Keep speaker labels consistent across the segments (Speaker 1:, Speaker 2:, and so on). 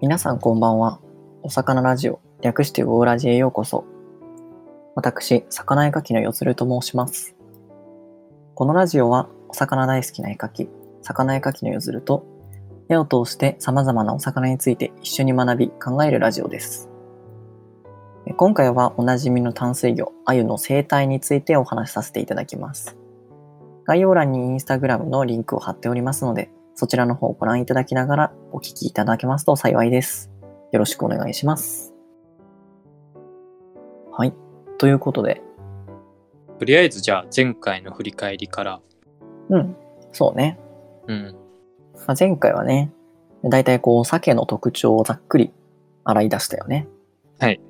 Speaker 1: 皆さんこんばんは。お魚ラジオ、略してウォーラジへようこそ。私、魚絵描きのよつると申します。このラジオは、お魚大好きな絵描き、魚絵描きのよつると、絵を通して様々なお魚について一緒に学び、考えるラジオです。え今回はおなじみの淡水魚、アユの生態についてお話しさせていただきます。概要欄にインスタグラムのリンクを貼っておりますので、そちらの方をご覧いただきながらお聞きいただけますと幸いです。よろしくお願いします。はい。ということで、
Speaker 2: とりあえずじゃあ前回の振り返りから、
Speaker 1: うん。そうね。
Speaker 2: うん、
Speaker 1: まあ、前回はね、だいたいこう、お酒の特徴をざっくり洗い出したよね。
Speaker 2: はい。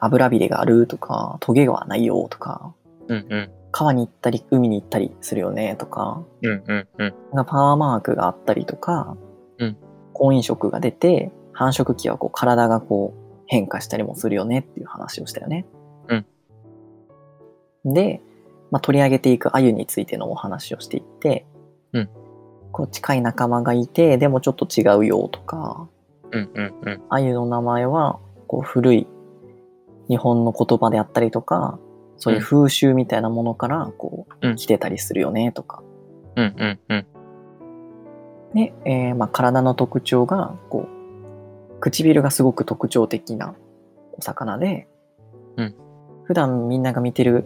Speaker 1: 油びれがあるとか、トゲがないよとか、
Speaker 2: うんうん
Speaker 1: 川に行ったり、海に行ったりするよねとか、
Speaker 2: うんうんうん
Speaker 1: なんかパーマークがあったりとか、
Speaker 2: うん
Speaker 1: 婚姻色が出て、繁殖期はこう体がこう変化したりもするよねっていう話をしたよね。
Speaker 2: うん
Speaker 1: で、まあ、取り上げていくアユについてのお話をしていって、
Speaker 2: うん
Speaker 1: こう近い仲間がいて、でもちょっと違うよとか、
Speaker 2: うんうんうん
Speaker 1: アユの名前はこう古い日本の言葉であったりとか、そういう風習みたいなものからこ
Speaker 2: う
Speaker 1: うん来てたりするよねとか、
Speaker 2: うんうんうん
Speaker 1: で、えーまあ、体の特徴がこう唇がすごく特徴的なお魚で、
Speaker 2: うん
Speaker 1: 普段みんなが見てる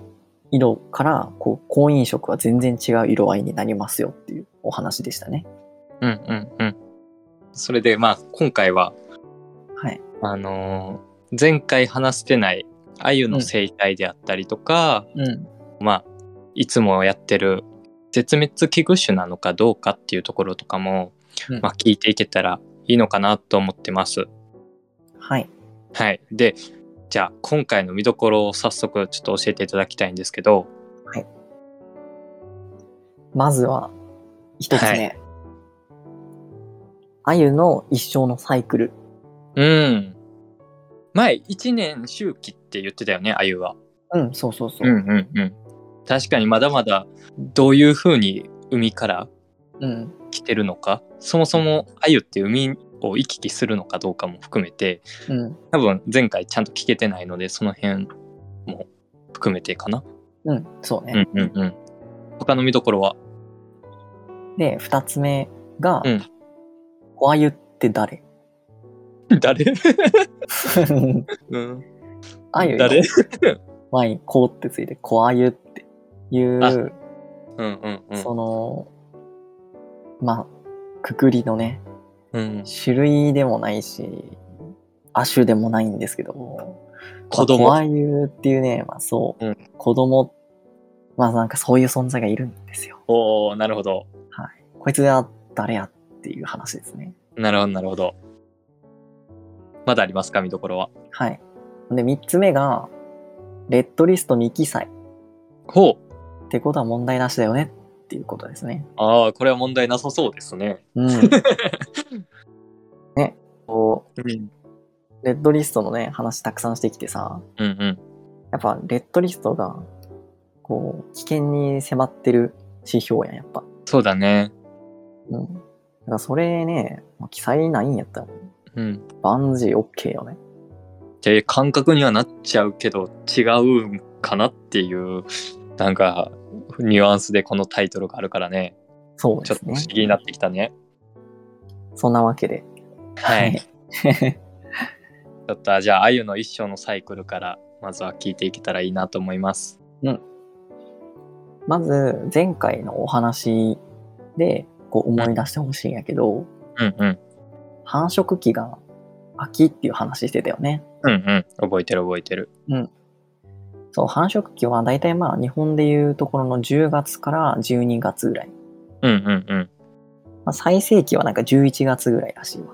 Speaker 1: 色からこう婚姻色は全然違う色合いになりますよっていうお話でしたね。
Speaker 2: うんうんうんそれでまあ今回は
Speaker 1: はい、
Speaker 2: あのー前回話してないアユの生態であったりとか、
Speaker 1: うん
Speaker 2: まあいつもやってる絶滅危惧種なのかどうかっていうところとかも、
Speaker 1: うん
Speaker 2: まあ、聞いていけたらいいのかなと思ってます。
Speaker 1: はい
Speaker 2: はい、でじゃあ今回の見どころを早速ちょっと教えていただきたいんですけど、
Speaker 1: まずは一つ目、
Speaker 2: は
Speaker 1: アユの一生のサイクル
Speaker 2: うん。前、1年周期って言ってたよね、あゆは。
Speaker 1: うんそうそうそう、
Speaker 2: うんうん。確かにまだまだどういうふうに海から
Speaker 1: うん
Speaker 2: 来てるのか、そもそもあゆって海を行き来するのかどうかも含めて、
Speaker 1: うん
Speaker 2: 多分前回ちゃんと聞けてないので、その辺も含めてかな。
Speaker 1: うん、そうね、
Speaker 2: うんうんうん。他の見どころは
Speaker 1: で二つ目が
Speaker 2: うん
Speaker 1: 「おアユって誰?
Speaker 2: 誰うん。
Speaker 1: アユ
Speaker 2: 誰
Speaker 1: 前に「こう」ってついて「こあゆ」っていう、
Speaker 2: あうんうんうん。
Speaker 1: そのまあくくりのね
Speaker 2: うん、
Speaker 1: 種類でもないし亜種でもないんですけど
Speaker 2: 子
Speaker 1: こ
Speaker 2: 供。
Speaker 1: あゆっていうね、まあ、そう、
Speaker 2: うん
Speaker 1: 子供まあなんかそういう存在がいるんですよ
Speaker 2: おおなるほど。
Speaker 1: こいつは誰やっていう話ですね
Speaker 2: なるほど、なるほど。まだありますか、見どころは。
Speaker 1: はいで3つ目がレッドリスト未記載
Speaker 2: ほう。
Speaker 1: ってことは問題なしだよねっていうことですね
Speaker 2: ああ、これは問題なさそうですね。
Speaker 1: うんねこう
Speaker 2: うん。
Speaker 1: レッドリストのね、話たくさんしてきてさ、
Speaker 2: うんうん。
Speaker 1: やっぱレッドリストが、こう、危険に迫ってる指標やん、やっぱ。
Speaker 2: そうだね。
Speaker 1: うん。だからそれね、まあ記載ないんやったら、
Speaker 2: うん。
Speaker 1: バンジー OK よね。
Speaker 2: って感覚にはなっちゃうけど、違うんかなっていう、なんか、ニュアンスでこのタイトルがあるからね。
Speaker 1: そう
Speaker 2: ち
Speaker 1: で
Speaker 2: ょっ
Speaker 1: す
Speaker 2: と不
Speaker 1: ね
Speaker 2: 思。議になってきたね。
Speaker 1: そんなわけで。
Speaker 2: はい。
Speaker 1: はい。
Speaker 2: ちょっと、じゃあ、あゆの一生のサイクルから、まずは聞いていけたらいいなと思います。
Speaker 1: まず、前回のお話で、こう思い出してほしいんやけど、
Speaker 2: うんうん。
Speaker 1: 繁殖期が秋っていう話してたよね。
Speaker 2: うんうん。覚えてる覚えてる。
Speaker 1: そう、繁殖期は大体まあ日本でいうところの10月から12月ぐらい。
Speaker 2: うんうんうん。
Speaker 1: まあ、最盛期はなんか11月ぐらいらしいわ。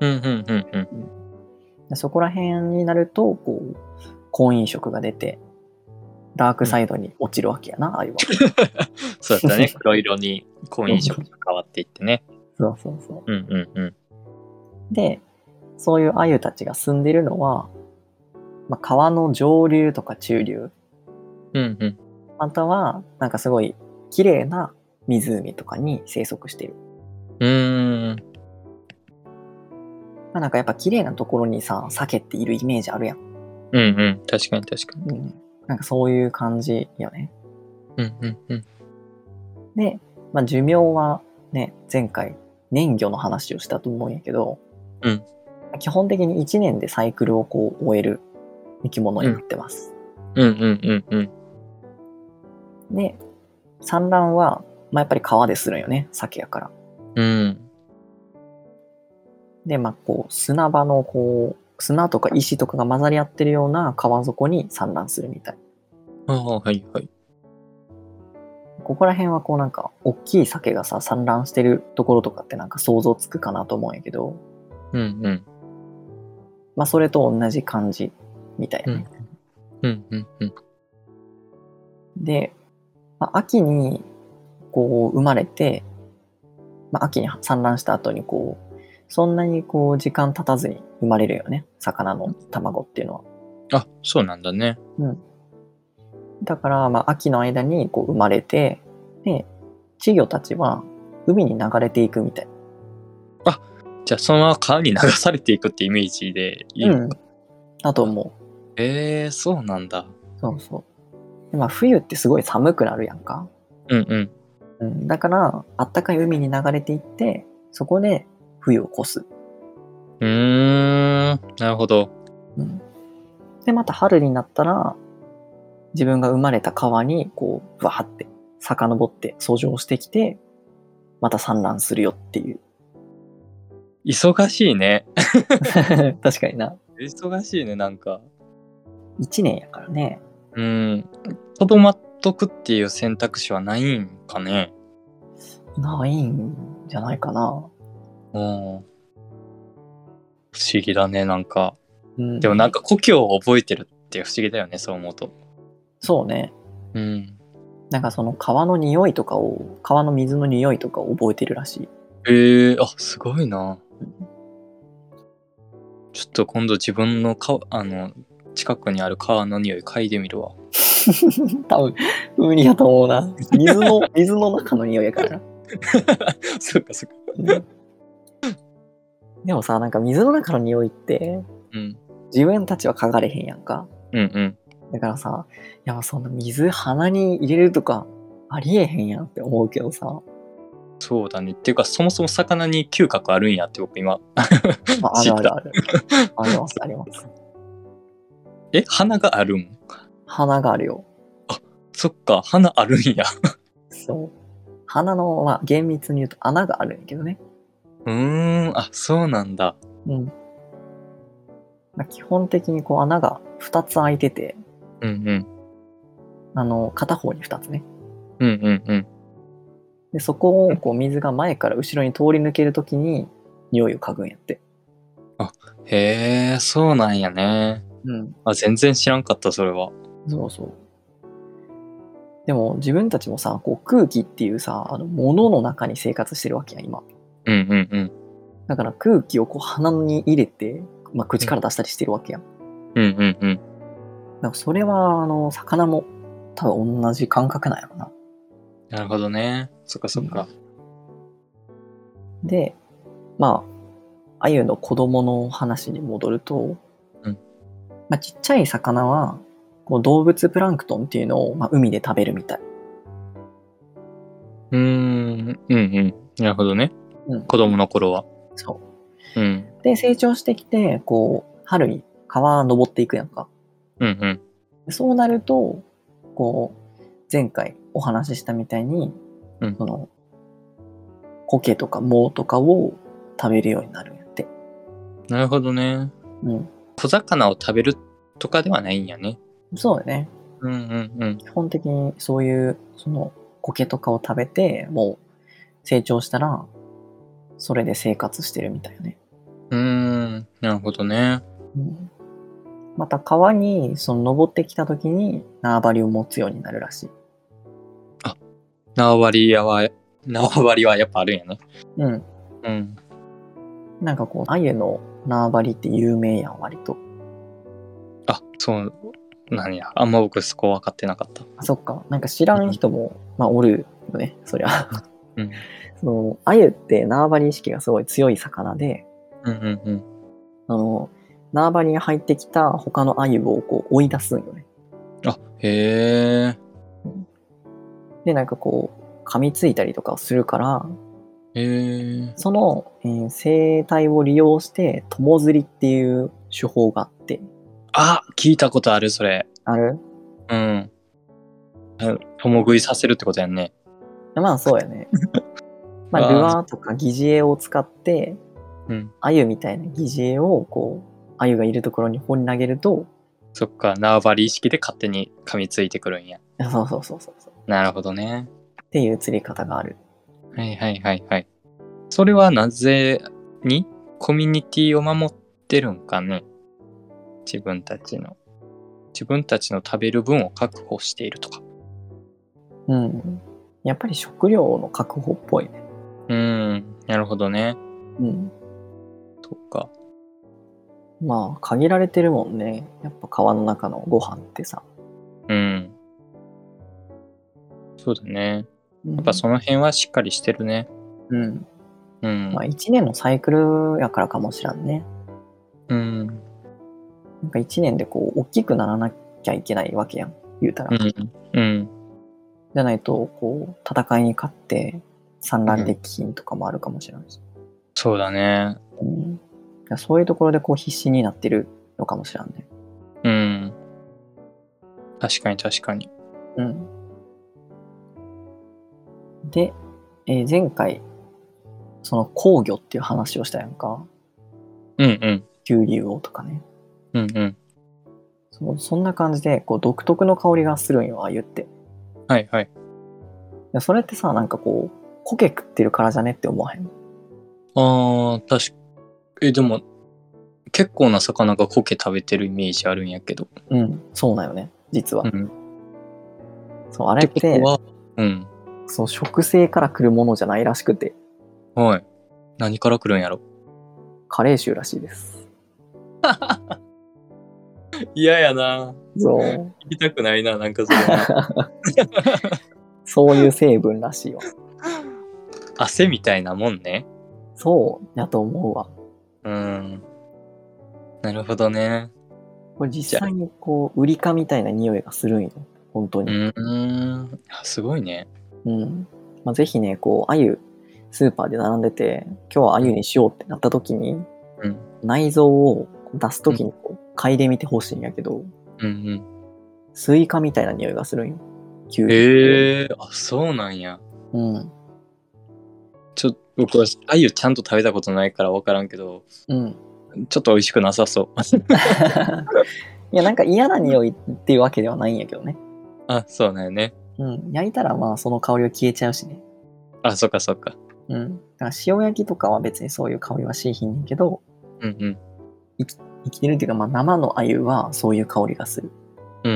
Speaker 2: うんうんうんうん。
Speaker 1: でそこら辺になると、こう、婚姻色が出て、ダークサイドに落ちるわけやな、ああいうわ。
Speaker 2: そうだったね。黒色に婚姻色が変わっていってね。
Speaker 1: そうそうそ
Speaker 2: うんうんうん。
Speaker 1: う。で、そういうアユたちが住んでるのは、まあ、川の上流とか中流、
Speaker 2: うんうん。
Speaker 1: または、なんかすごい綺麗な湖とかに生息している。
Speaker 2: うーん。
Speaker 1: まあ、なんかやっぱ綺麗なところにさ、鮭っているイメージあるやん。
Speaker 2: うんうん。確かに確かに。
Speaker 1: うん、なんかそういう感じよね。
Speaker 2: うんうんうん。
Speaker 1: で、まあ、寿命はね、前回年魚の話をしたと思うんやけど、
Speaker 2: うん
Speaker 1: 基本的に1年でサイクルをこう終える生き物になってます。
Speaker 2: うんうんうんうん。
Speaker 1: で、産卵は、まあ、やっぱり川でするんよね、鮭やから。
Speaker 2: うん。
Speaker 1: で、まあ、こう砂場のこう砂とか石とかが混ざり合ってるような川底に産卵するみたい。
Speaker 2: ああ、はいはい。
Speaker 1: ここら辺はこうなんか大きい鮭がさ産卵してるところとかってなんか想像つくかなと思うんやけど、
Speaker 2: うんうん。
Speaker 1: まあ、それと同じ感じみたいなね。
Speaker 2: うんうんうん。
Speaker 1: で、まあ、秋にこう生まれて、まあ、秋に産卵した後にこうそんなにこう時間経たずに生まれるよね魚の卵っていうのは。
Speaker 2: あ、そうなんだね。
Speaker 1: だから、まあ、秋の間にこう生まれてで稚魚たちは海に流れていくみたい。
Speaker 2: じゃあ、そのまま川に流されていくってイメージでいいのか。
Speaker 1: うん、だと思う。
Speaker 2: ええー、そうなんだ。
Speaker 1: そうそう。でまあ、冬ってすごい寒くなるやんか。
Speaker 2: うんうん。
Speaker 1: うん、だからあったかい海に流れていってそこで冬を越す
Speaker 2: うーん。なるほど。
Speaker 1: うんでまた春になったら自分が生まれた川にこうブワーって遡って遡上してきてまた産卵するよっていう
Speaker 2: 忙しいね。
Speaker 1: 確かにな
Speaker 2: 忙しいね、なんか。
Speaker 1: 1年やからね
Speaker 2: うん。とどまっとくっていう選択肢はないんかね。
Speaker 1: ないんじゃないかな、
Speaker 2: うん。不思議だね、なんか。
Speaker 1: うん、
Speaker 2: でもなんか故郷を覚えてるって不思議だよね、そう思うと。
Speaker 1: そうね
Speaker 2: うん。
Speaker 1: なんかその川の匂いとかを川の水の匂いとかを覚えてるらしい
Speaker 2: ええあ、すごいな。ちょっと今度自分の川、あの、近くにある川の匂い嗅いでみるわ。
Speaker 1: 多分無理やと思うな水 の水の中の匂いやからな
Speaker 2: そっかそっか。
Speaker 1: うんでもさなんか水の中の匂いって
Speaker 2: うん。
Speaker 1: 自分たちは嗅がれへんやんか
Speaker 2: うんうん。
Speaker 1: だからさいやそんな水鼻に入れるとかありえへんやんって思うけど さ、
Speaker 2: そうだね。っていうか、そもそも魚に嗅覚あるんやって僕今。
Speaker 1: まあ、あ
Speaker 2: 知っ
Speaker 1: る
Speaker 2: た
Speaker 1: あるあるありますあります
Speaker 2: え、鼻があるん
Speaker 1: 鼻があるよ
Speaker 2: そっか、鼻あるんや。
Speaker 1: そう鼻のまあ厳密に言うと穴があるんやけどね
Speaker 2: うーん、あ、そうなんだ。
Speaker 1: うん、まあ、基本的にこう穴が2つ開いてて
Speaker 2: うんうん。
Speaker 1: あの片方に2つね
Speaker 2: うんうんうん。
Speaker 1: でそこをこう水が前から後ろに通り抜けるときに匂いを嗅ぐんやって
Speaker 2: へえ、そうなんやね。
Speaker 1: うん
Speaker 2: あ、全然知らんかった、それは。
Speaker 1: そうそう。でも自分たちもさ、こう空気っていうさ、あの物の中に生活してるわけやん、今。
Speaker 2: うんうんうん。
Speaker 1: だから空気をこう鼻に入れて、まあ、口から出したりしてるわけやん。
Speaker 2: うんうんう
Speaker 1: だ
Speaker 2: ん。
Speaker 1: からそれは、あの、魚も多分同じ感覚なんやろな。
Speaker 2: なるほどね。そっかそっか。
Speaker 1: で、まあ、アユの子供の話に戻ると、
Speaker 2: うん
Speaker 1: まあ、ちっちゃい魚は、こう動物プランクトンっていうのを、まあ、海で食べるみたい。
Speaker 2: うーん、うんうん。なるほどね。
Speaker 1: うん
Speaker 2: 子供の頃は。
Speaker 1: そう。
Speaker 2: うん。
Speaker 1: で成長してきてこう春に川登っていくやんか
Speaker 2: うんうん。
Speaker 1: そうなるとこう前回お話ししたみたいに、
Speaker 2: うん
Speaker 1: その苔とか藻とかを食べるようになるんやって、
Speaker 2: なるほどね。
Speaker 1: うん、
Speaker 2: 小魚を食べるとかではないんやね。
Speaker 1: そうよね
Speaker 2: うんうんうん。
Speaker 1: 基本的にそういうその苔とかを食べてもう成長したらそれで生活してるみたいよね、
Speaker 2: うーん、なるほどね。
Speaker 1: うん、また川にその登ってきた時に縄張りを持つようになるらしい
Speaker 2: 縄張りやは、縄張りはやっぱあるんやね。
Speaker 1: うん
Speaker 2: うん。
Speaker 1: なんかこう、アユの縄張りって有名やん、割と。
Speaker 2: あ、そう、なんや。あんま僕そこ分かってなかった。
Speaker 1: あ、そっか。なんか知らん人も、まあ、おるよね、そり ゃ。
Speaker 2: うん。
Speaker 1: その、アユって縄張り意識がすごい強い魚で、
Speaker 2: うんうんうん。
Speaker 1: あの、縄張りに入ってきた他の鮎をこう追い出すんよね。
Speaker 2: あ、へえ。
Speaker 1: で、なんかこう、噛みついたりとかをするから、
Speaker 2: へえ。
Speaker 1: その、えー生態を利用して、友釣りっていう手法があって、
Speaker 2: あ、聞いたことある、それ。
Speaker 1: ある
Speaker 2: うん。あ共食いさせるってことやんね。
Speaker 1: まあそうや ね。まあ、ルアーとか疑似餌を使って、
Speaker 2: うん。
Speaker 1: 鮎みたいな疑似餌をこう、鮎がいるところに放り投げると、
Speaker 2: そっか、縄張り意識で勝手に噛みついてくるんや。
Speaker 1: あそうそうそうそうそう。
Speaker 2: なるほどね。
Speaker 1: っていう釣り方がある。
Speaker 2: はいはいはいはい。それはなぜにコミュニティを守ってるんかね自分たちの。自分たちの食べる分を確保しているとか。
Speaker 1: うん。やっぱり食料の確保っぽいね。
Speaker 2: うん、なるほどね。
Speaker 1: うん。
Speaker 2: そっか。
Speaker 1: まあ、限られてるもんね。やっぱ川の中のご飯ってさ。
Speaker 2: うん。そうだね。
Speaker 1: や
Speaker 2: やっぱその辺はしっかりしてるね。
Speaker 1: うん。
Speaker 2: うん
Speaker 1: まあ、。一年のサイクルやからかもしらんね。
Speaker 2: うん。
Speaker 1: なんか一年でこう、大きくならなきゃいけないわけやん。言うたら。
Speaker 2: うん。うん。
Speaker 1: じゃないと、こう、戦いに勝って、産卵できひんとかもあるかもしれないし、
Speaker 2: そうだね。
Speaker 1: うんそういうところでこう必死になってるのかもしれんね。
Speaker 2: うん。確かに確かに。
Speaker 1: うん。で、えー前回、その工業っていう話をしたやんか。
Speaker 2: うんうん。
Speaker 1: 九竜王とかね。
Speaker 2: うんうん。
Speaker 1: そそんな感じで、こう、独特の香りがするんよ、ああ言って。
Speaker 2: はいはい。
Speaker 1: でそれってさ、なんかこう、苔食ってるからじゃねって思わへん。
Speaker 2: あー、確か、え、でも、結構な魚が苔食べてるイメージあるんやけど。
Speaker 1: うん、そうだよね、実は。
Speaker 2: うん。
Speaker 1: そう、あれ
Speaker 2: て
Speaker 1: っ
Speaker 2: こと
Speaker 1: て、
Speaker 2: は、うん。
Speaker 1: そう、植生から来るものじゃないらしくて。
Speaker 2: はい。何から来るんやろ。
Speaker 1: カレー臭らしいです。
Speaker 2: 嫌やな。
Speaker 1: そう。
Speaker 2: 聞きたくないな、なんかその
Speaker 1: そういう成分らしいわ。
Speaker 2: 汗みたいなもんね。
Speaker 1: そうやと思うわ。
Speaker 2: うん。なるほどね。
Speaker 1: これ実際にこう、ウリ科みたいな匂いがするんよ。本当
Speaker 2: う
Speaker 1: に。
Speaker 2: ーん。あすごいね。
Speaker 1: うん。まあ、ぜひね、こう、アユ、スーパーで並んでて、今日はアユにしようってなった時に、
Speaker 2: うん
Speaker 1: 内臓を出す時にこう、嗅いでみてほしいんやけど、
Speaker 2: うんうん。
Speaker 1: スイカみたいな匂いがするんよ。急に。
Speaker 2: ええー、あ、そうなんや。
Speaker 1: うん。
Speaker 2: ちょっと僕は鮎ちゃんと食べたことないから分からんけど
Speaker 1: うん。
Speaker 2: ちょっと美味しくなさそう
Speaker 1: いや、なんか嫌な匂いっていうわけではないんやけどね。
Speaker 2: あそうだよね
Speaker 1: うん。焼いたらまあ、その香りは消えちゃうしね。
Speaker 2: あそっかそっか
Speaker 1: うん。だから塩焼きとかは別にそういう香りはしいひんねんけど、
Speaker 2: うんうん
Speaker 1: 生きてるっていうか、まあ、生の鮎はそういう香りがする。
Speaker 2: うー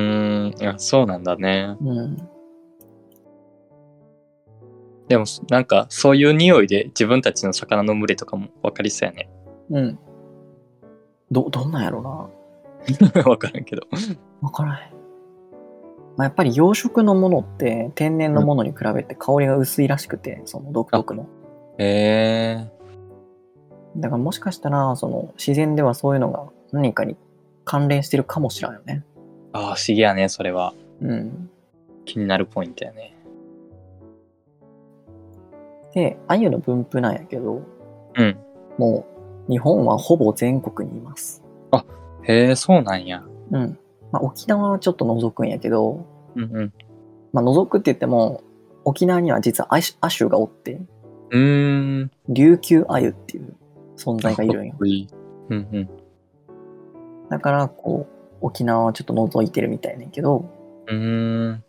Speaker 2: んいやそうなんだね
Speaker 1: うん。
Speaker 2: でもなんかそういう匂いで自分たちの魚の群れとかも分かりそうやね
Speaker 1: うん。ど、どんなんやろな。
Speaker 2: 分からんけど
Speaker 1: わからへん。まあ、やっぱり養殖のものって天然のものに比べて香りが薄いらしくて、その独特の。
Speaker 2: へえ
Speaker 1: だからもしかしたら、その自然ではそういうのが何かに関連してるかもしれんよね。
Speaker 2: あ不思議やねそれは
Speaker 1: うん。
Speaker 2: 気になるポイントやね
Speaker 1: で、鮎の分布なんやけど、
Speaker 2: うん
Speaker 1: もう日本はほぼ全国にいます。
Speaker 2: へえそうなんや
Speaker 1: うん。まあ、沖縄はちょっと除くんやけど、
Speaker 2: うんうん
Speaker 1: まあ、除くって言っても、沖縄には実はアシュアシュがおって、
Speaker 2: うーん
Speaker 1: 琉球アユっていう存在がいるんよ
Speaker 2: かっ。こいいうんうん
Speaker 1: だから、こう、沖縄はちょっと覗いてるみたいねんけど、
Speaker 2: うーん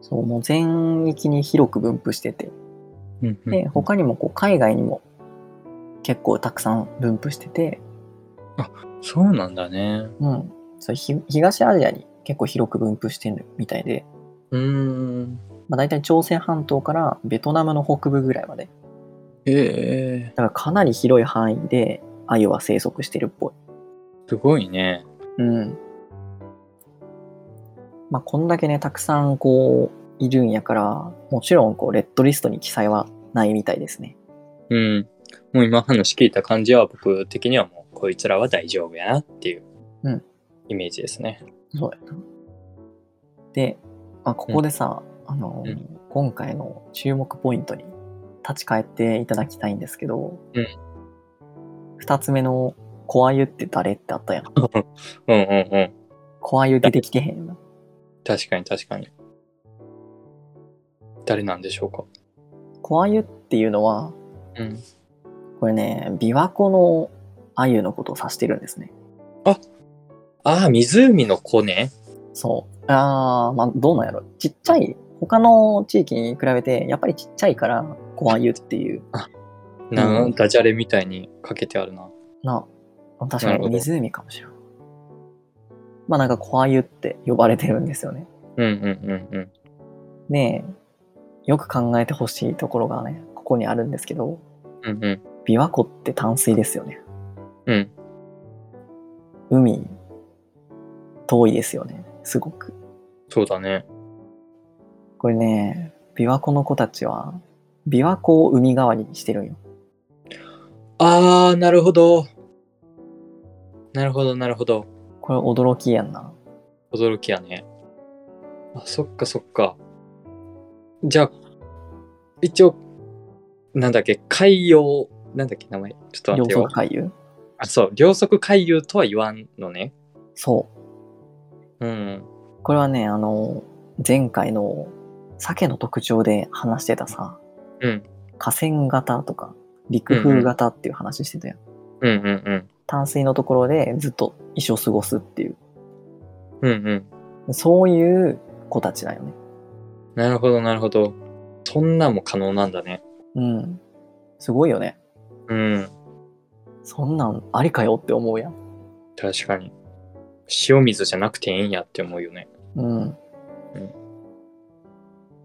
Speaker 1: そう、もう全域に広く分布してて、
Speaker 2: うんうん
Speaker 1: で、他にもこう、海外にも結構たくさん分布してて、
Speaker 2: そうなんだね
Speaker 1: うん。そうひ東アジアに結構広く分布してるみたいで、
Speaker 2: うーん
Speaker 1: まあ、大体朝鮮半島からベトナムの北部ぐらいまで。
Speaker 2: へえ
Speaker 1: だからかなり広い範囲でアユは生息してるっぽい。
Speaker 2: すごいね
Speaker 1: うん。まあ、こんだけね、たくさんこう、いるんやから、もちろんこう、レッドリストに記載はないみたいですね。
Speaker 2: うん。もう今話聞いた感じは僕的にはもうこいつらは大丈夫やなっていう
Speaker 1: うん
Speaker 2: イメージですね。
Speaker 1: そうやな。で、まあ、ここでさ、あの、
Speaker 2: うん
Speaker 1: 今回の注目ポイントに立ち返っていただきたいんですけど、
Speaker 2: うん
Speaker 1: 二つ目の、怖湯って誰ってあったやん。
Speaker 2: うんうんうん。
Speaker 1: 怖湯出てきてへんな。
Speaker 2: 確かに確かに。誰なんでしょうか。
Speaker 1: 怖湯っていうのは、
Speaker 2: うん。
Speaker 1: これね、琵琶湖の鮎のことを指してるんですね。
Speaker 2: ああ、湖の子ね。
Speaker 1: そう。あー、まあ、どうなんやろ。ちっちゃい、他の地域に比べて、やっぱりちっちゃいから、怖湯っていう。
Speaker 2: な
Speaker 1: うん
Speaker 2: んダジャレみたいにかけてあるな。
Speaker 1: な、確
Speaker 2: な
Speaker 1: かに
Speaker 2: るほど
Speaker 1: 湖かもしれん。まあなんか小鮎って呼ばれてるんですよね。
Speaker 2: うんうんうんうん。
Speaker 1: で、よく考えてほしいところがね、ここにあるんですけど、
Speaker 2: うんうん。
Speaker 1: 琵琶湖って淡水ですよね。
Speaker 2: うん。
Speaker 1: 海、遠いですよね。すごく。
Speaker 2: そうだね。
Speaker 1: これね、琵琶湖の子たちは、琵琶湖を海代わりにしてるんよ。
Speaker 2: ああ、なるほど。なるほど、なるほど。
Speaker 1: これ驚きやんな。
Speaker 2: 驚きやね。あ、そっかそっか。じゃあ、一応、なんだっけ、海洋、なんだっけ、名前。ちょっと待
Speaker 1: 両
Speaker 2: ってよ
Speaker 1: 層。海遊
Speaker 2: あ、そう、両側海遊とは言わんのね。
Speaker 1: そう。
Speaker 2: うん。
Speaker 1: これはね、あの、前回の鮭の特徴で話してたさ、
Speaker 2: うん。
Speaker 1: 河川型とか陸風型っていう話してたやん、
Speaker 2: うんうんうん。
Speaker 1: 淡水のところでずっと一生過ごすっていう
Speaker 2: うんうん。
Speaker 1: そういう子たちだよね
Speaker 2: なるほど、なるほど。そんなんも可能なんだね。
Speaker 1: うんすごいよね
Speaker 2: うん。
Speaker 1: そんなんありかよって思うやん
Speaker 2: 確かに。塩水じゃなくていいんやって思うよね。
Speaker 1: うん、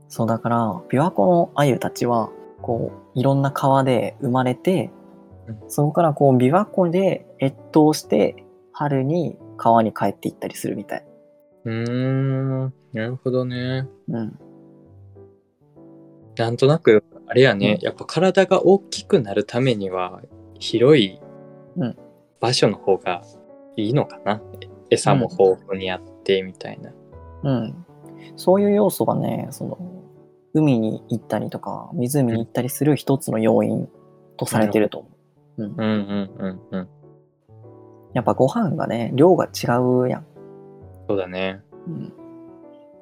Speaker 1: そうだから琵琶湖のアユたちはこういろんな川で生まれて
Speaker 2: うん
Speaker 1: そこからこう琵琶湖で越冬して春に川に帰っていったりするみたいう
Speaker 2: ーん。なるほどね。
Speaker 1: うん
Speaker 2: なんとなく、あれやね、やっぱ体が大きくなるためには、広い
Speaker 1: うん
Speaker 2: 場所の方がいいのかな。え餌も豊富にあって、みたいな。
Speaker 1: うん、そういう要素がねその海に行ったりとか湖に行ったりする一つの要因とされてると思う。
Speaker 2: うんうんうんうん。
Speaker 1: やっぱご飯がね量が違うやん。
Speaker 2: そうだね。
Speaker 1: うん、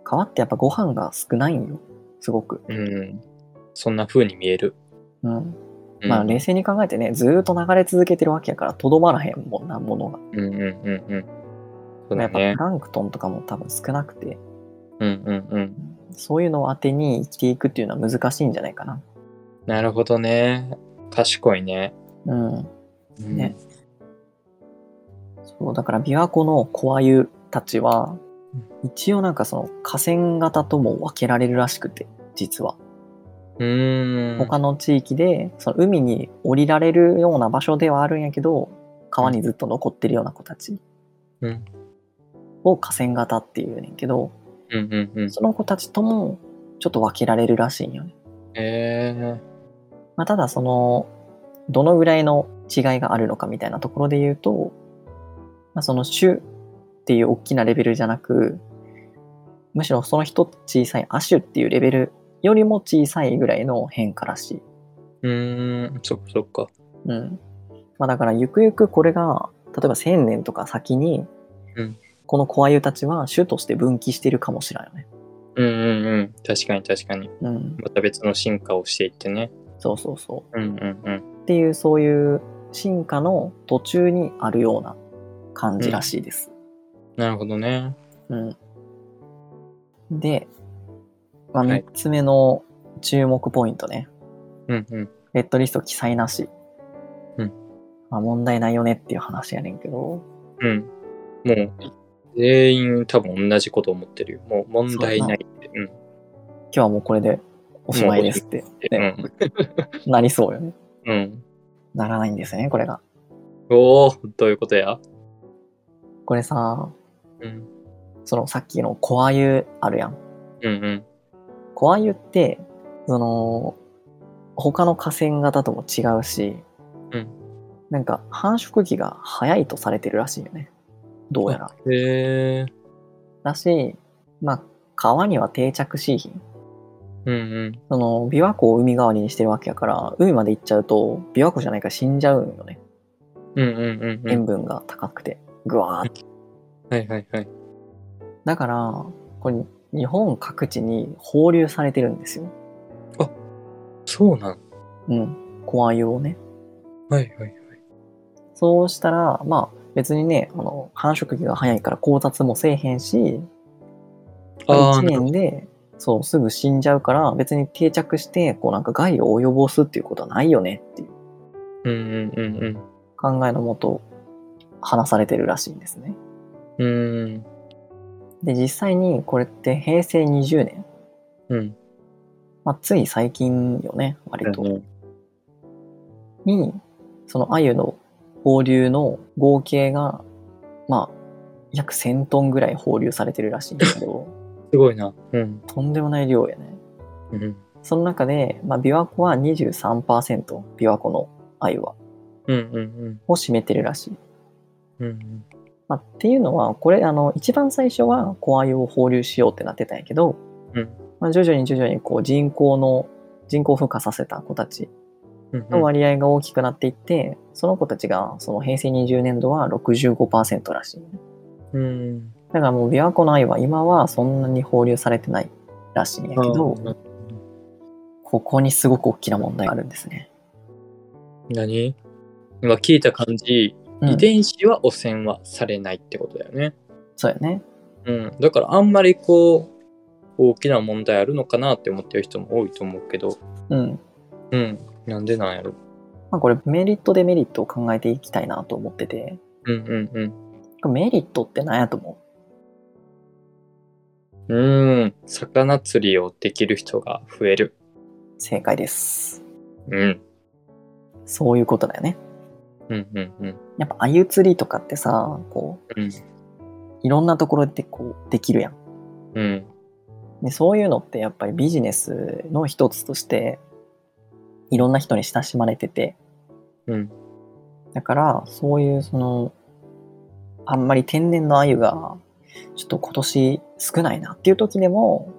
Speaker 1: 川ってやっぱご飯が少ないんよすごく。
Speaker 2: うん。そんな風に見える。
Speaker 1: うん、
Speaker 2: うん
Speaker 1: まあ冷静に考えてねずーっと流れ続けてるわけやからとどまらへんもんなものが。
Speaker 2: うんうんうんうん。そう
Speaker 1: や
Speaker 2: だ
Speaker 1: っぱ
Speaker 2: ね
Speaker 1: プ。ランクトンとかも多分少なくて
Speaker 2: うんうんうん。
Speaker 1: そういうのを当てに生きていくっていうのは難しいんじゃないかな。
Speaker 2: なるほどね。賢いね。
Speaker 1: うん
Speaker 2: うん
Speaker 1: ねそうだから琵琶湖の小アユたちは一応なんかその河川型とも分けられるらしくて実は
Speaker 2: うーん。
Speaker 1: 他の地域でその海に降りられるような場所ではあるんやけど川にずっと残ってるような子たち
Speaker 2: うん
Speaker 1: を河川型っていうねんけど
Speaker 2: うんうんうん。
Speaker 1: その子たちともちょっと分けられるらしいんよね、
Speaker 2: えー。
Speaker 1: まあ、ただそのどのぐらいの違いがあるのかみたいなところで言うと、まあ、その種っていう大きなレベルじゃなくむしろその一つ小さい亜種っていうレベルよりも小さいぐらいの変化らしい。
Speaker 2: うーん。そっかそっか。
Speaker 1: うんまあ、だからゆくゆくこれが例えば1,000年とか先に、
Speaker 2: うん
Speaker 1: このコアユたちは種として分岐してるかもしれないよね。
Speaker 2: うんうんうん。確かに確かに。
Speaker 1: うん、
Speaker 2: また別の進化をしていってね。
Speaker 1: そうそうそ
Speaker 2: うんうんうん
Speaker 1: う。。っていうそういう進化の途中にあるような感じらしいです。
Speaker 2: なるほどね。
Speaker 1: うんで、まあ、
Speaker 2: はい
Speaker 1: 3つ目の注目ポイントね、
Speaker 2: うんうん。
Speaker 1: レッドリスト記載なし、
Speaker 2: うん
Speaker 1: まあ、問題ないよねっていう話やねんけど
Speaker 2: うん。もう、全員多分同じこと思ってるよ。もう問題ないって。うん。
Speaker 1: 今日はもうこれでおしまいですって、ねなりそうよね。
Speaker 2: うん。うん。
Speaker 1: ならないんですよねこれが。
Speaker 2: おおどういうことや
Speaker 1: これさ
Speaker 2: うん。
Speaker 1: そのさっきのコアユあるやん。
Speaker 2: うんうん。
Speaker 1: コアユってその他の河川型とも違うし、
Speaker 2: うん
Speaker 1: なんか繁殖期が早いとされてるらしいよね。どうやら。
Speaker 2: へえ。
Speaker 1: だし、まあ、川には定着しいひん。
Speaker 2: うんうん。
Speaker 1: その、琵琶湖を海代わりにしてるわけやから、海まで行っちゃうと、琵琶湖じゃないから死んじゃうんよね。
Speaker 2: うんうんうんうん。
Speaker 1: 塩分が高くて、ぐわーって。
Speaker 2: はいはいはい。
Speaker 1: だから、これ、日本各地に放流されてるんですよ。
Speaker 2: そうなん。
Speaker 1: うん。コア湯をね。
Speaker 2: はいはい。
Speaker 1: そうしたら、まあ、別にね、あの、繁殖期が早いから交雑もせえへんし、
Speaker 2: ああ
Speaker 1: 1、年で、そう、すぐ死んじゃうから、別に定着して、こうなんか害を及ぼすっていうことはないよねっていう
Speaker 2: うんうんうん
Speaker 1: 考えのもと、話されてるらしいんですね。
Speaker 2: うん。うん。
Speaker 1: で、実際にこれって平成20年、
Speaker 2: うん。
Speaker 1: まあ、つい最近よね、割と、
Speaker 2: うん
Speaker 1: に、その鮎の放流の合計が、まあ、約1000トンぐらい放流されてるらしいんですけど、
Speaker 2: すごいな。うん。
Speaker 1: とんでもない量やね。
Speaker 2: うん。
Speaker 1: その中で、まあ、琵琶湖は23%、琵琶湖の鮎は、
Speaker 2: うんうん
Speaker 1: を占めてるらしい。
Speaker 2: うん。うん
Speaker 1: まあ、っていうのは、これ、あの、一番最初は、コアユを放流しようってなってたんやけど、
Speaker 2: うん
Speaker 1: まあ、徐々に徐々に、こう、人口の、人口孵化させた子たち
Speaker 2: うん。
Speaker 1: の割合が大きくなっていって、その子たちが、その平成20年度は65%らしい。
Speaker 2: うん。
Speaker 1: だからもう、琵琶湖の愛は今はそんなに放流されてないらしいんやけど、
Speaker 2: あー
Speaker 1: ここにすごく大きな問題があるんですね。
Speaker 2: 何今聞いた感じ、
Speaker 1: うん
Speaker 2: 遺伝子は汚染はされないってことだよね。
Speaker 1: そうやね。
Speaker 2: うん。だからあんまりこう、大きな問題あるのかなって思ってる人も多いと思うけど、
Speaker 1: うん。
Speaker 2: うん。なんでなんやろ。
Speaker 1: まあ、これ、メリットデメリットを考えていきたいなと思ってて、
Speaker 2: うんうんうん。
Speaker 1: メリットって何やと思う
Speaker 2: うーん。魚釣りをできる人が増える。
Speaker 1: 正解です。
Speaker 2: うん。
Speaker 1: そういうことだよね。
Speaker 2: うんうんうん。
Speaker 1: やっぱ、鮎釣りとかってさ、こう、
Speaker 2: うん
Speaker 1: いろんなところでこう、できるやん。
Speaker 2: うん。
Speaker 1: で、そういうのってやっぱりビジネスの一つとして、いろんな人に親しまれてて、
Speaker 2: うん。
Speaker 1: だから、そういうその、あんまり天然の鮎が、ちょっと今年少ないなっていう時でも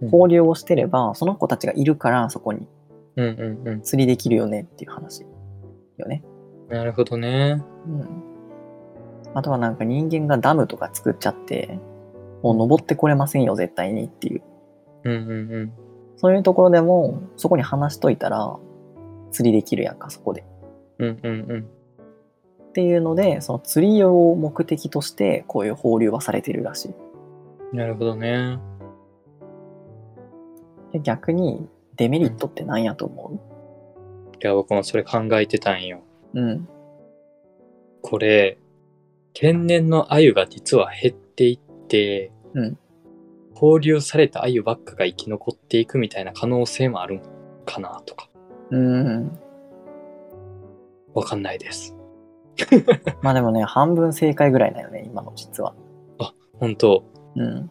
Speaker 2: うん、
Speaker 1: 交流をしてれば、その子たちがいるから、そこに
Speaker 2: うんうんうん。
Speaker 1: 釣りできるよねっていう話よね。
Speaker 2: なるほどね。
Speaker 1: うん。あとはなんか人間がダムとか作っちゃって、もう登ってこれませんよ、絶対にっていう。
Speaker 2: うんうんうん。
Speaker 1: そういうところでも、そこに話しといたら、釣りできるやんか、そこで。
Speaker 2: うんうんうん。
Speaker 1: っていうので、その釣りを目的として、こういう放流はされてるらしい。
Speaker 2: なるほどね。
Speaker 1: で逆に、デメリットって何やと思
Speaker 2: いや、僕もそれ考えてたんよ。
Speaker 1: ううん。
Speaker 2: これ、天然の鮎が実は減っていって、
Speaker 1: うん
Speaker 2: 放流された鮎ばっかが生き残っていくみたいな可能性もあるんかなとか、
Speaker 1: うん。
Speaker 2: わかんないです。
Speaker 1: まあでもね、半分正解ぐらいだよね、今の実は。
Speaker 2: 本当
Speaker 1: うん。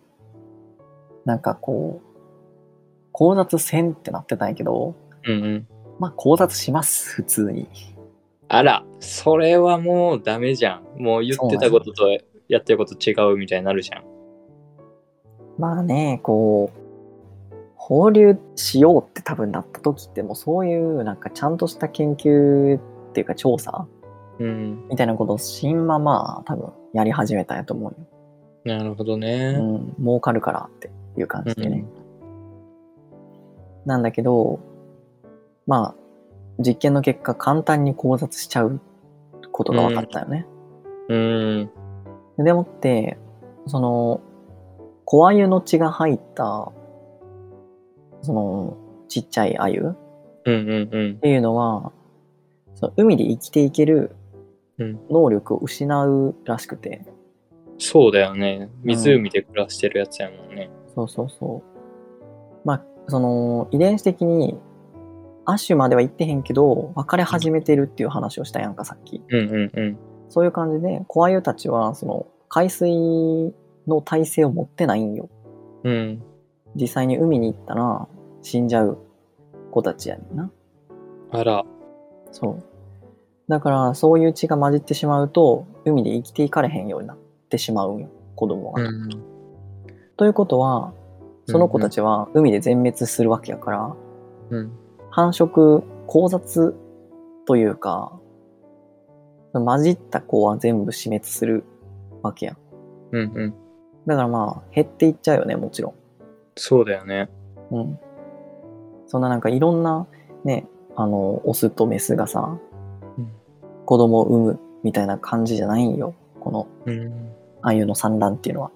Speaker 1: なんかこう、交雑線ってなってたんやけど、
Speaker 2: うんうん。
Speaker 1: まあ交雑します、普通に。
Speaker 2: あら、それはもうダメじゃん。もう言ってたこととやってること違うみたいになるじゃん。
Speaker 1: まあね、こう、放流しようって多分なった時って、もうそういうなんかちゃんとした研究っていうか調査
Speaker 2: うん。
Speaker 1: みたいなことを新まま多分やり始めたんやと思うよ。
Speaker 2: なるほど
Speaker 1: う
Speaker 2: ね。
Speaker 1: ん、儲かるからっていう感じで
Speaker 2: う
Speaker 1: ね
Speaker 2: ん。
Speaker 1: なんだけど、まあ、実験の結果簡単に交雑しちゃうことが分かったよね。
Speaker 2: うん。
Speaker 1: でもって、その、小鮎の血が入った、その、ちっちゃい鮎
Speaker 2: うんうんう
Speaker 1: っ。
Speaker 2: ん
Speaker 1: ていうのはその海で生きていける
Speaker 2: うん
Speaker 1: 能力を失うらしくて、
Speaker 2: そうだよね。湖で暮らしてるやつやもんね。
Speaker 1: そうそうそうまあその遺伝子的に亜種までは行ってへんけど分かれ始めてるっていう話をしたやんかさっき
Speaker 2: うんうんうん。
Speaker 1: そういう感じでコアユたちはその海水の耐性を持ってないんよ
Speaker 2: うん。
Speaker 1: 実際に海に行ったら死んじゃう子たちやねんな
Speaker 2: あら。
Speaker 1: そうだから、そういう血が混じってしまうと、海で生きていかれへんようになってしまうんよ、子供が。
Speaker 2: うん
Speaker 1: ということは、その子たちは海で全滅するわけやから、
Speaker 2: うん
Speaker 1: 繁殖、交雑というか、混じった子は全部死滅するわけやん。
Speaker 2: うんうん
Speaker 1: だからまあ、減っていっちゃうよね、もちろ
Speaker 2: そうだよね
Speaker 1: ん。うん。そんななんかいろんな、ね、あの、オスとメスがさ、
Speaker 2: うん
Speaker 1: 子供を産むみたいな感じじゃないんよ。この、
Speaker 2: うん
Speaker 1: アユの産卵っていうのは。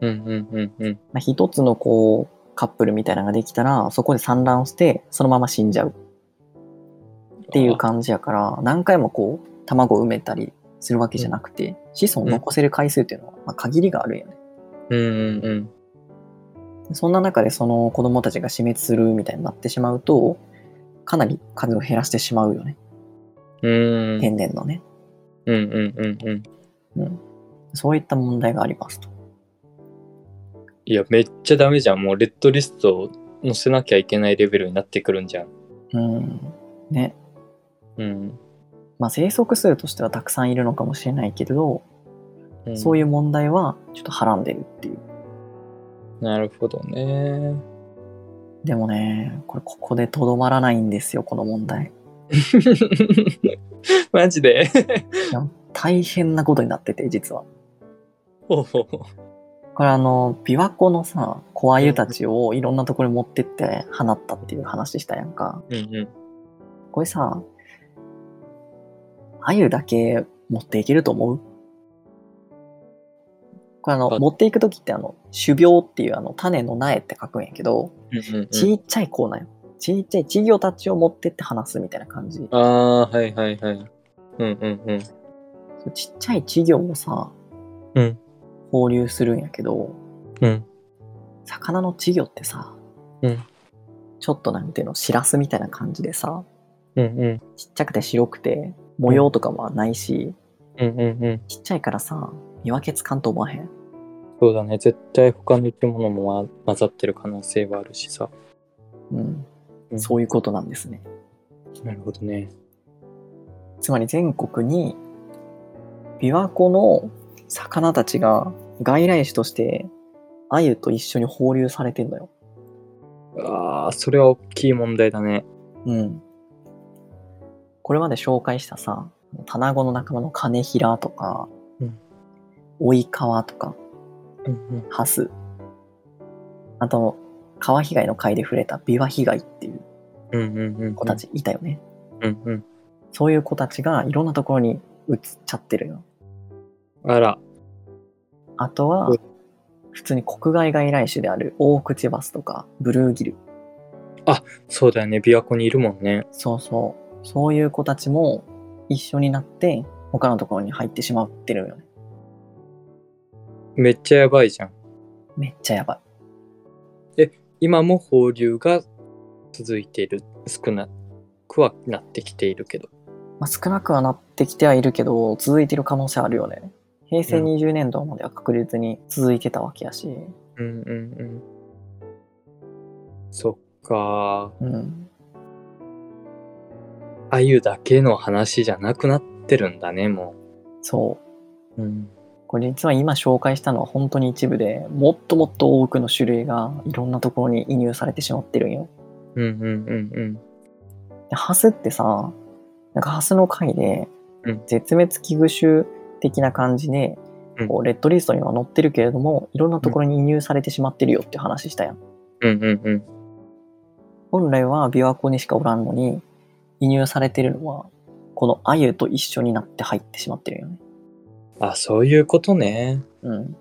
Speaker 2: うんうんうんうん
Speaker 1: まあ、一つのこう、カップルみたいなのができたら、そこで産卵をして、そのまま死んじゃうっていう感じやから、何回もこう、卵を埋めたりするわけじゃなくて、子孫を残せる回数っていうのは、まあ、限りがあるんよね。
Speaker 2: うんうんうん
Speaker 1: そんな中でその子供たちが死滅するみたいになってしまうと、かなり数を減らしてしまうよね。
Speaker 2: うん
Speaker 1: 天然のね。
Speaker 2: うんうんうんうん
Speaker 1: うん。そういった問題がありますと。
Speaker 2: いやめっちゃダメじゃんもうレッドリストを載せなきゃいけないレベルになってくるんじゃん
Speaker 1: うん。ね。
Speaker 2: うん、
Speaker 1: まあ生息数としてはたくさんいるのかもしれないけれど、そう
Speaker 2: い
Speaker 1: いう問題はちょっとはらんでるっていう。
Speaker 2: うんなるほどね
Speaker 1: でもね、これここでとどまらないんですよ、この問題。
Speaker 2: マジで
Speaker 1: 大変なことになってて、実は。
Speaker 2: ほうほうほ
Speaker 1: これあの、琵琶湖のさ、子アユたちをいろんなところに持ってって放ったっていう話したやんか。
Speaker 2: ううんうん
Speaker 1: これさ、アユだけ持っていけると思うこれあの、
Speaker 2: あ
Speaker 1: 持っていくときってあの、種苗っていうあの、種の苗って書くんやけど、
Speaker 2: うんうんう
Speaker 1: ち
Speaker 2: ん
Speaker 1: っちゃい子なんよ。ちっちゃい稚魚たちを持ってって話すみたいな感じ。
Speaker 2: ああーはいはいはいうんうんうん
Speaker 1: そうちっちゃい稚魚をさ、
Speaker 2: うん
Speaker 1: 放流するんやけど、
Speaker 2: うん
Speaker 1: 魚の稚魚ってさ、
Speaker 2: うん
Speaker 1: ちょっとなんていうの、シラスみたいな感じでさ、
Speaker 2: うんうん
Speaker 1: ちっちゃくて白くて、模様とかもないし、
Speaker 2: うんうんうん
Speaker 1: ちっちゃいからさ、見分けつかんと思わへん。
Speaker 2: そうだね絶対他の生き物もま混ざってる可能性はあるしさ、
Speaker 1: うん。
Speaker 2: うん
Speaker 1: そういうことなんですね。
Speaker 2: なるほどね
Speaker 1: つまり全国に、琵琶湖の魚たちが外来種として、鮎と一緒に放流されてんだよ。
Speaker 2: ああそれは大きい問題だね
Speaker 1: うん。これまで紹介したさ、タナゴの仲間のカネヒラとか、
Speaker 2: うん
Speaker 1: オイカワとか、
Speaker 2: うん
Speaker 1: ハス。あと、川被害の回で触れたビワ被害っていう
Speaker 2: うんうんうんうん
Speaker 1: 子たちいたよね。
Speaker 2: うんうん
Speaker 1: そういう子たちがいろんなところに移っちゃってるよ。
Speaker 2: あら
Speaker 1: あとは
Speaker 2: うん、
Speaker 1: 普通に国外外来種であるオオクチバスとかブルーギル。
Speaker 2: そうだよね琵琶湖にいるもんね
Speaker 1: そうそう。そういう子たちも一緒になって他のところに入ってしまってるよね。
Speaker 2: めっちゃやばいじゃん
Speaker 1: めっちゃやばい。
Speaker 2: 今も放流が続いている少なくはなってきているけど
Speaker 1: まあ、少なくはなってきてはいるけど続いてる可能性あるよね平成
Speaker 2: うん
Speaker 1: 20年度までは確実に続いてたわけやし、
Speaker 2: うんうんうんそっか
Speaker 1: うん、
Speaker 2: あゆだけの話じゃなくなってるんだねも
Speaker 1: そう
Speaker 2: ううん
Speaker 1: これ実は今紹介したのは本当に一部でもっともっと多くの種類がいろんなところに移入されてしまってるんよ
Speaker 2: うんうんうんうん
Speaker 1: でハスってさなんかハスの回で
Speaker 2: うん
Speaker 1: 絶滅危惧種的な感じで、
Speaker 2: うん
Speaker 1: こうレッドリストには載ってるけれどもいろんなところに移入されてしまってるよっていう話したやん
Speaker 2: うんうんうん
Speaker 1: 本来は琵琶湖にしかおらんのに輸入されてるのはこのアユと一緒になって入ってしまってるよね。
Speaker 2: あそういうことね
Speaker 1: うん。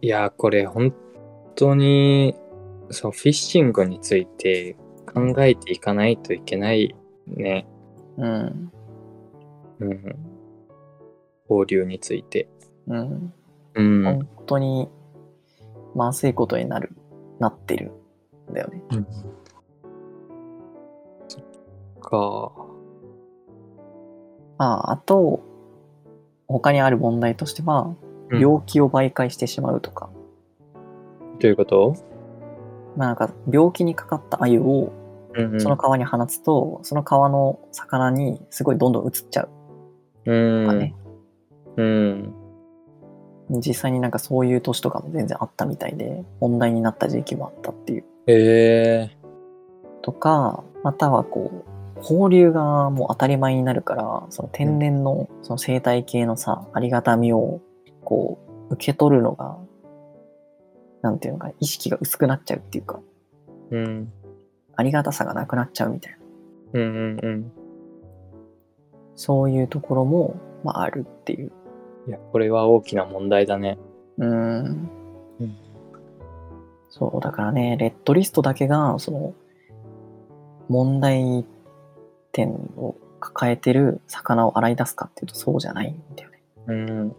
Speaker 2: いやこれ本当にそうフィッシングについて考えていかないといけないね
Speaker 1: うん。
Speaker 2: うん放流について
Speaker 1: うん。
Speaker 2: うん
Speaker 1: 本当にまずいことになる、なってるんだよね。
Speaker 2: そっか。
Speaker 1: まあ、あと、他にある問題としては、
Speaker 2: うん
Speaker 1: 病気を媒介してしまうとか、
Speaker 2: どういうこと
Speaker 1: まあなんか病気にかかったアユを
Speaker 2: うんうん
Speaker 1: その川に放つと、その川の魚にすごいどんどん移っちゃう
Speaker 2: うん
Speaker 1: とかね、
Speaker 2: うん
Speaker 1: 実際になんかそういう年とかも全然あったみたいで問題になった時期もあったっていう
Speaker 2: へえ
Speaker 1: とかまたはこう放流がもう当たり前になるからその天然のその生態系のさありがたみをこう受け取るのがなんていうのか意識が薄くなっちゃうっていうか
Speaker 2: うん
Speaker 1: ありがたさがなくなっちゃうみたいな
Speaker 2: うんうんうん
Speaker 1: そういうところも、まあ、あるっていう
Speaker 2: いやこれは大きな問題だね
Speaker 1: うーん
Speaker 2: うん
Speaker 1: そう、だからね、レッドリストだけが、その、問題点を抱えてる魚を洗い出すかっていうと、そうじゃないんだよね。
Speaker 2: うん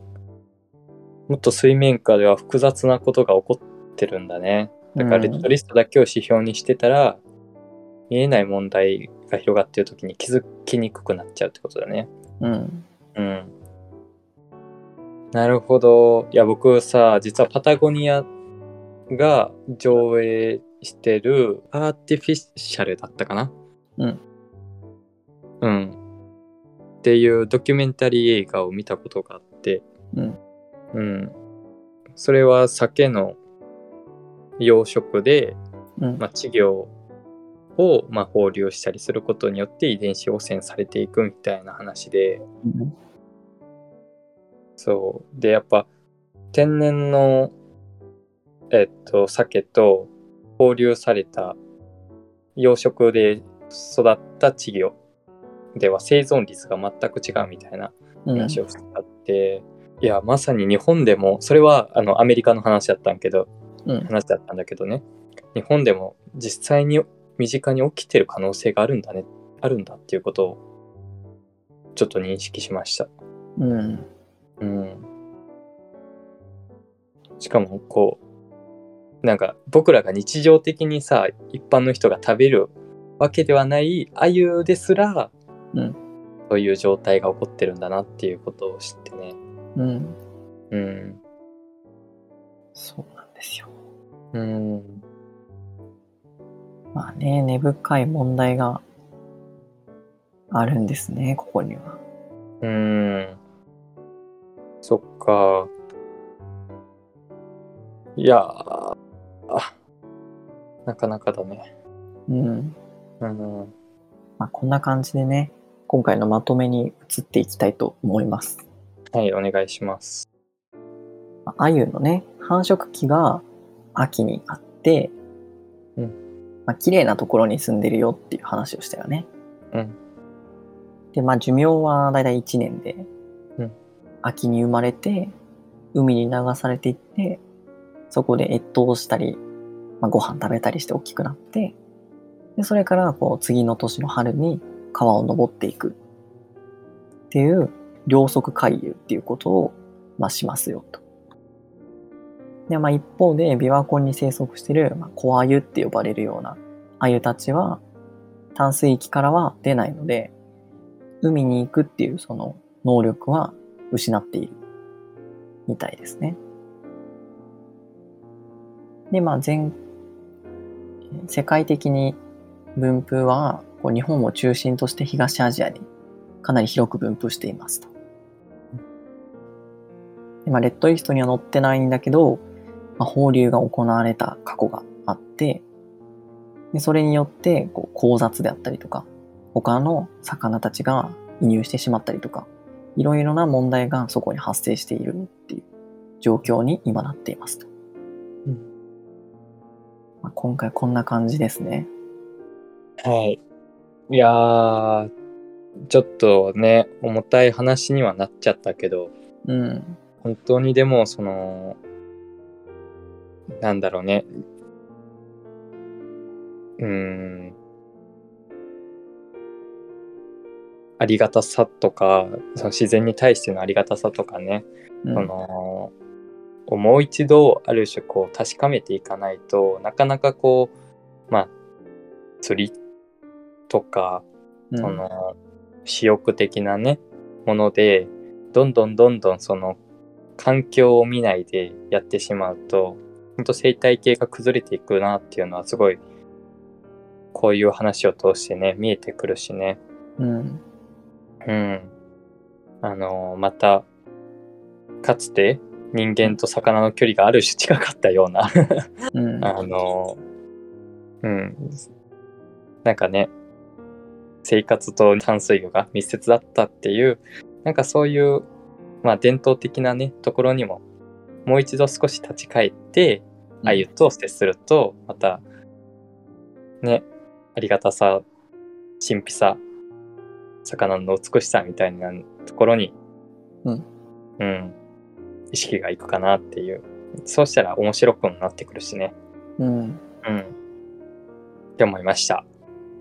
Speaker 2: もっと水面下では複雑なことが起こってるんだねだからレッドリストだけを指標にしてたら、見えない問題が広がっている時に気づきにくくなっちゃうってことだね
Speaker 1: うん。
Speaker 2: うんなるほどいや僕さ実はパタゴニアが上映してるアーティフィシャルだったかな
Speaker 1: うん
Speaker 2: うんっていうドキュメンタリー映画を見たことがあって
Speaker 1: うん。
Speaker 2: うんそれは鮭の養殖で、
Speaker 1: うん。
Speaker 2: まあ、稚魚を、まあ、放流したりすることによって遺伝子汚染されていくみたいな話で、
Speaker 1: うん
Speaker 2: そう。で、やっぱ、天然の、えっと、鮭と、放流された、養殖で育った稚魚では生存率が全く違うみたいな
Speaker 1: うん。
Speaker 2: 話をしてあって、いや、まさに日本でも、それは、あの、アメリカの話だったんけど、
Speaker 1: うん。
Speaker 2: 話だったんだけどね、日本でも実際に身近に起きてる可能性があるんだね、あるんだっていうことを、ちょっと認識しました。
Speaker 1: うん。
Speaker 2: うん。しかもこうなんか僕らが日常的にさ一般の人が食べるわけではない鮎ですら、
Speaker 1: うん
Speaker 2: そういう状態が起こってるんだなっていうことを知ってね。
Speaker 1: うん。
Speaker 2: うん。
Speaker 1: そうなんですよ。
Speaker 2: うん。
Speaker 1: まあね、根深い問題があるんですね、ここには。
Speaker 2: うん。そっか。いやーあなかなかだね。
Speaker 1: うん。
Speaker 2: うん。
Speaker 1: まあ、こんな感じでね、今回のまとめに移っていきたいと思います。
Speaker 2: はい、お願いします。
Speaker 1: まあ鮎のね繁殖期が秋にあって、
Speaker 2: うん
Speaker 1: まあ綺麗なところに住んでるよっていう話をしたよね。
Speaker 2: うん
Speaker 1: でまあ寿命はだいたい1年で、
Speaker 2: うん
Speaker 1: 秋に生まれて海に流されていってそこで越冬したり、まあ、ご飯食べたりして大きくなってでそれからこう次の年の春に川を登っていくっていう両足回遊っていうことを、まあ、しますよと。で、まあ、一方で琵琶湖に生息している、まあ、小アユって呼ばれるようなアユたちは淡水域からは出ないので海に行くっていうその能力は失っているみたいですね。でまあ全世界的に分布はこう日本を中心として東アジアにかなり広く分布していますと。今レッドリストには載ってないんだけど、まあ、放流が行われた過去があってでそれによってこう交雑であったりとか他の魚たちが移入してしまったりとかいろいろな問題がそこに発生しているっていう状況に今なっていますと、
Speaker 2: うん
Speaker 1: まあ、今回こんな感じですね
Speaker 2: はい。いやー、ちょっとね、重たい話にはなっちゃったけど、
Speaker 1: うん
Speaker 2: 本当にでも、その、なんだろうね。うーん。ありがたさとか、その自然に対してのありがたさとかね、
Speaker 1: うん
Speaker 2: そのもう一度ある種こう確かめていかないとなかなかこうまあ釣りとか
Speaker 1: うん
Speaker 2: その私欲的なねものでどんどんどんどんその環境を見ないでやってしまうと本当生態系が崩れていくなっていうのはすごいこういう話を通してね、見えてくるしね。
Speaker 1: うん。
Speaker 2: うん。あの、また、かつて人間と魚の距離がある種近かったような、
Speaker 1: うん。
Speaker 2: あの、うん。なんかね、生活と淡水魚が密接だったっていう、なんかそういう、まあ伝統的なね、ところにも、もう一度少し立ち返って、あゆと接すると、また、ね、ありがたさ、神秘さ、魚の美しさみたいなところに、
Speaker 1: うん。
Speaker 2: うん。意識がいくかなっていう。そうしたら面白くもなってくるしね。
Speaker 1: うん。
Speaker 2: うん。って思いました。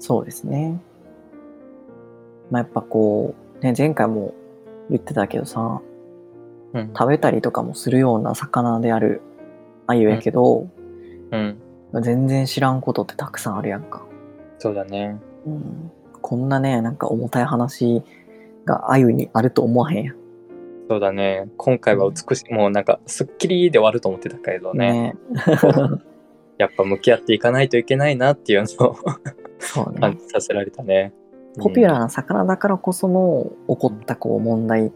Speaker 1: そうですね。まあ、やっぱこう、ね、前回も言ってたけどさ、
Speaker 2: うん。
Speaker 1: 食べたりとかもするような魚であるあゆやけど、
Speaker 2: うん。
Speaker 1: 全然知らんことってたくさんあるやんか。
Speaker 2: そうだね。
Speaker 1: うん、こんなね、なんか重たい話があゆにあると思わへんやん。
Speaker 2: そうだね。今回は美しい。もうなんか、すっきりで終わると思ってたけどね。
Speaker 1: ね。
Speaker 2: やっぱ向き合っていかないといけないなっていうのを
Speaker 1: そうね
Speaker 2: 感。じさせられたね。
Speaker 1: ポピュ
Speaker 2: ー
Speaker 1: ラーな魚だからこその起こったこう問題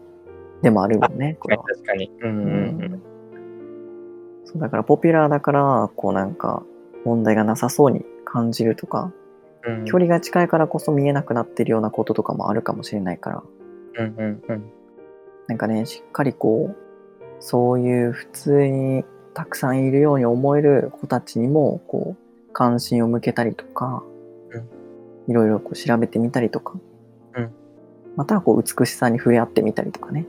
Speaker 1: でもあるもんね、これは。
Speaker 2: 確かに。うんうんうん。
Speaker 1: そうだからポピュラーだから、こうなんか問題がなさそうに感じるとか、
Speaker 2: うん
Speaker 1: 距離が近いからこそ見えなくなってるようなこととかもあるかもしれないから、
Speaker 2: うんうんうん。
Speaker 1: なんかね、しっかりこう、そういう普通にたくさんいるように思える子たちにも、こう、関心を向けたりとか、いろいろこう調べてみたりとか、
Speaker 2: うん
Speaker 1: またはこう美しさに触れ合ってみたりとかね、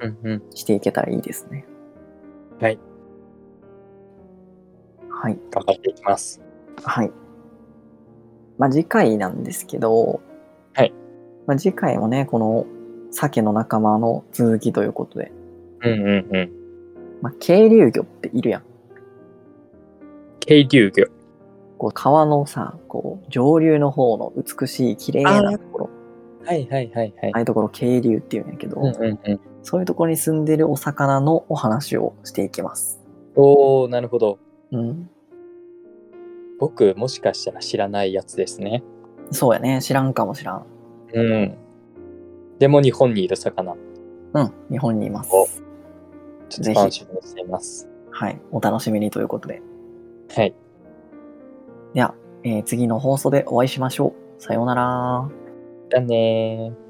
Speaker 2: うんうん。
Speaker 1: していけたらいいですね。
Speaker 2: はい。
Speaker 1: はい。
Speaker 2: 頑張っていきます。
Speaker 1: はい。まあ、次回なんですけど、
Speaker 2: はい。
Speaker 1: まあ、次回もね、この、鮭の仲間の続きということで、
Speaker 2: うんうんうん。
Speaker 1: まあ、渓流魚っているやん。
Speaker 2: 渓流魚。
Speaker 1: こう、川のさ、こう、上流の方の美しい、綺麗なところ、
Speaker 2: はいはいはいはい
Speaker 1: ああ。いうところ渓流っていうんやけど、
Speaker 2: うんうんうん。
Speaker 1: そういうところに住んでるお魚のお話をしていきます。
Speaker 2: おおなるほど。
Speaker 1: うん。
Speaker 2: 僕、もしかしたら知らないやつですね。
Speaker 1: そうやね。知らんかもしらん。
Speaker 2: うん。でも日本にいる魚。
Speaker 1: うん。日本にいます。
Speaker 2: おちょっ
Speaker 1: ぜ
Speaker 2: と
Speaker 1: ひ
Speaker 2: 楽しみにしています。
Speaker 1: はい。お楽しみにということで。
Speaker 2: はい。
Speaker 1: では、えー次の放送でお会いしましょう。さようなら。
Speaker 2: じゃあねー。